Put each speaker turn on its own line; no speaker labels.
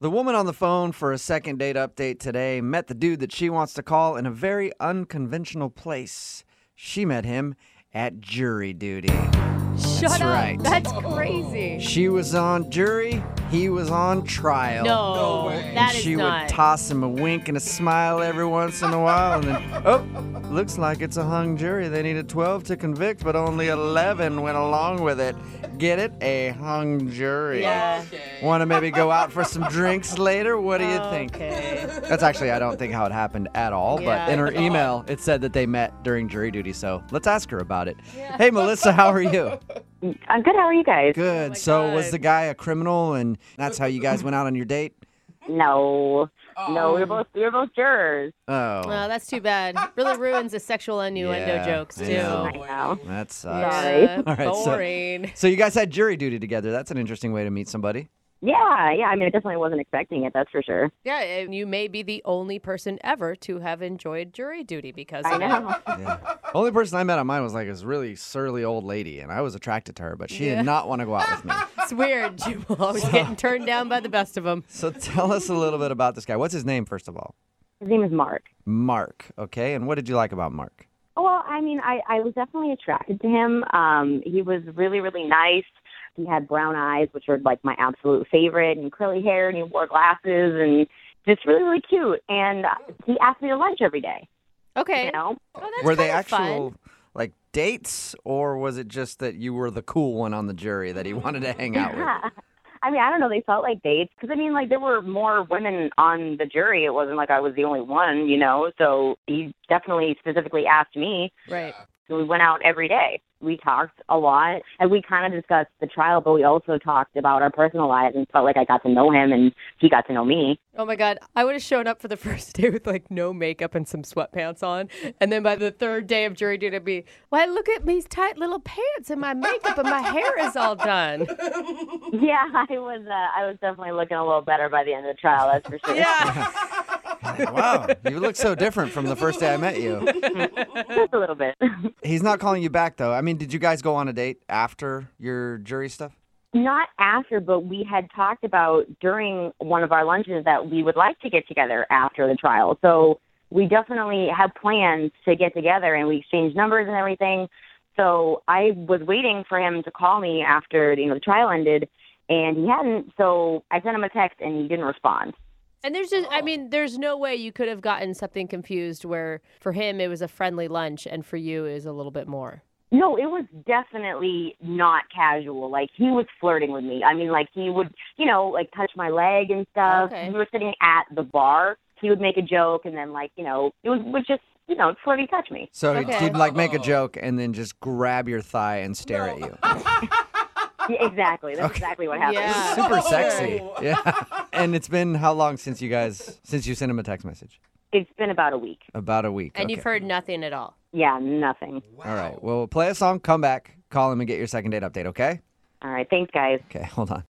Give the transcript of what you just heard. The woman on the phone for a second date update today met the dude that she wants to call in a very unconventional place. She met him at jury duty.
Shut up.
right.
That's crazy.
She was on jury, he was on trial.
No,
Oh.
that
and
is
she
not.
would toss him a wink and a smile every once in a while, and then, oh, looks like it's a hung jury. They needed 12 to convict, but only 11 went along with it. Get it? A hung jury.
yeah.
Want to maybe go out for some drinks later? What do you
Oh,
think?
Okay.
That's actually, I don't think how it happened at all,
Yeah.
but in her email, it said that they met during jury duty, so let's ask her about it. Hey, Melissa, how are you?
I'm good. How are you guys?
Good.
Oh my
so, was
God.
the guy a criminal, and that's how you guys went out on your date?
No, no, we were both we were both jurors.
Oh.
Well, that's too bad. Really ruins the sexual innuendo
Yeah,
jokes
I
too.
know.
I know.
That
Yeah,
sucks.
Sorry.
All right, so-
boring.
So you guys had jury duty together. That's an interesting way to meet somebody.
Yeah, yeah. I mean, I definitely wasn't expecting it. That's for sure.
Yeah, and you may be the only person ever to have enjoyed jury duty because
I
of it.
know.
Only person I met on mine was like this really surly old lady, and I was attracted to her, but she
Yeah.
did not want to go out with me.
it's weird. You were always getting turned down by the best of them.
So tell us a little bit about this guy. What's his name, first of all?
His name is Mark.
Mark. Okay, and what did you like about Mark?
Well, I mean, I I was definitely attracted to him. Um, he was really really nice. He had brown eyes, which were like my absolute favorite, and curly hair, and he wore glasses, and just really really cute. And uh, he asked me to lunch every day.
Okay.
You know.
Oh, that's
Were they
kind of
actual
fun.
like dates, or was it just that you were the cool one on the jury that he wanted to hang out with?
Yeah. I mean, I don't know. They felt like dates because I mean, like there were more women on the jury. It wasn't like I was the only one, you know. So he definitely specifically asked me.
Right.
So we went out every day. We talked a lot, and we kind of discussed the trial, but we also talked about our personal lives and felt like I got to know him and he got to know me.
Oh my God. I would have shown up for the first day with like no makeup and some sweatpants on. And then by the third day of jury duty, I'd be, why look at these tight little pants and my makeup and my hair is all done.
Yeah, I was. Uh, I was definitely looking a little better by the end of the trial. That's for sure.
Yeah.
wow, you look so different from the first day I met you.
just a little bit.
He's not calling you back though. I mean, did you guys go on a date after your jury stuff?
Not after, but we had talked about during one of our lunches that we would like to get together after the trial. So we definitely had plans to get together and we exchanged numbers and everything. So I was waiting for him to call me after you know the trial ended and he hadn't, so I sent him a text and he didn't respond.
And there's just, I mean, there's no way you could have gotten something confused where for him it was a friendly lunch and for you it was a little bit more.
No, it was definitely not casual. Like he was flirting with me. I mean, like he would, you know, like touch my leg and stuff.
Okay.
We were sitting at the bar. He would make a joke, and then like you know, it was, was just you know, flirty touch me.
So
Okay.
he'd like make a joke and then just grab your thigh and stare at you.
Yeah, exactly. That's exactly what happened.
Yeah.
Super sexy. Yeah. And it's been how long since you guys since you sent him a text message?
It's been about a week.
About a week.
And
okay.
you've heard nothing at all.
Yeah, nothing.
All right. Well, play a song, come back, call him and get your second date update, okay?
All right. Thanks, guys.
Okay, hold on.